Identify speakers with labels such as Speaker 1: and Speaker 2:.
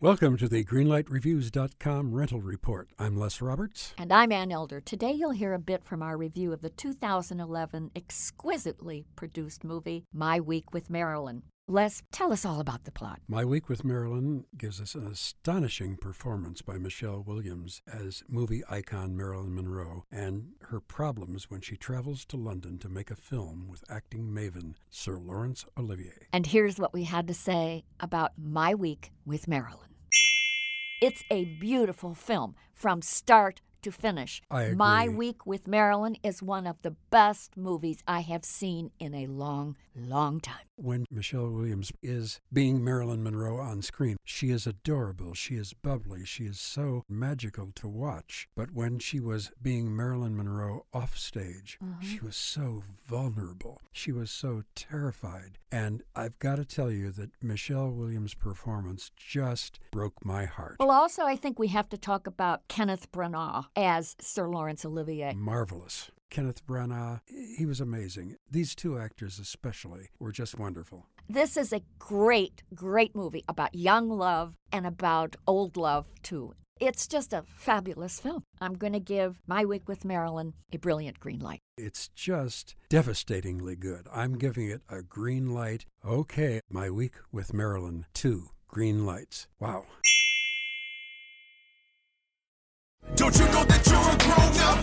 Speaker 1: Welcome to the GreenlightReviews.com rental report. I'm Les Roberts.
Speaker 2: And I'm Ann Elder. Today you'll hear a bit from our review of the 2011 exquisitely produced movie, My Week with Marilyn. Les, tell us all about the plot.
Speaker 1: My Week with Marilyn gives us an astonishing performance by Michelle Williams as movie icon Marilyn Monroe and her problems when she travels to London to make a film with acting maven Sir Laurence Olivier.
Speaker 2: And here's what we had to say about My Week with Marilyn. It's a beautiful film from start to finish.
Speaker 1: I agree.
Speaker 2: My Week with Marilyn is one of the best movies I have seen in a long, long time.
Speaker 1: When Michelle Williams is being Marilyn Monroe on screen, she is adorable, she is bubbly, she is so magical to watch. But when she was being Marilyn Monroe off stage, she was so vulnerable, she was so terrified. And I've got to tell you that Michelle Williams' performance just broke my heart.
Speaker 2: Well, also, I think we have to talk about Kenneth Branagh as Sir Laurence Olivier.
Speaker 1: Marvelous. Kenneth Branagh, he was amazing. These two actors, especially, were just wonderful.
Speaker 2: This is a great, great movie about young love and about old love, too. It's just a fabulous film. I'm going to give My Week with Marilyn a brilliant green light.
Speaker 1: It's just devastatingly good. I'm giving it a green light. Okay, my week with Marilyn, two green lights. Wow.
Speaker 3: Don't you know that you're a grown up?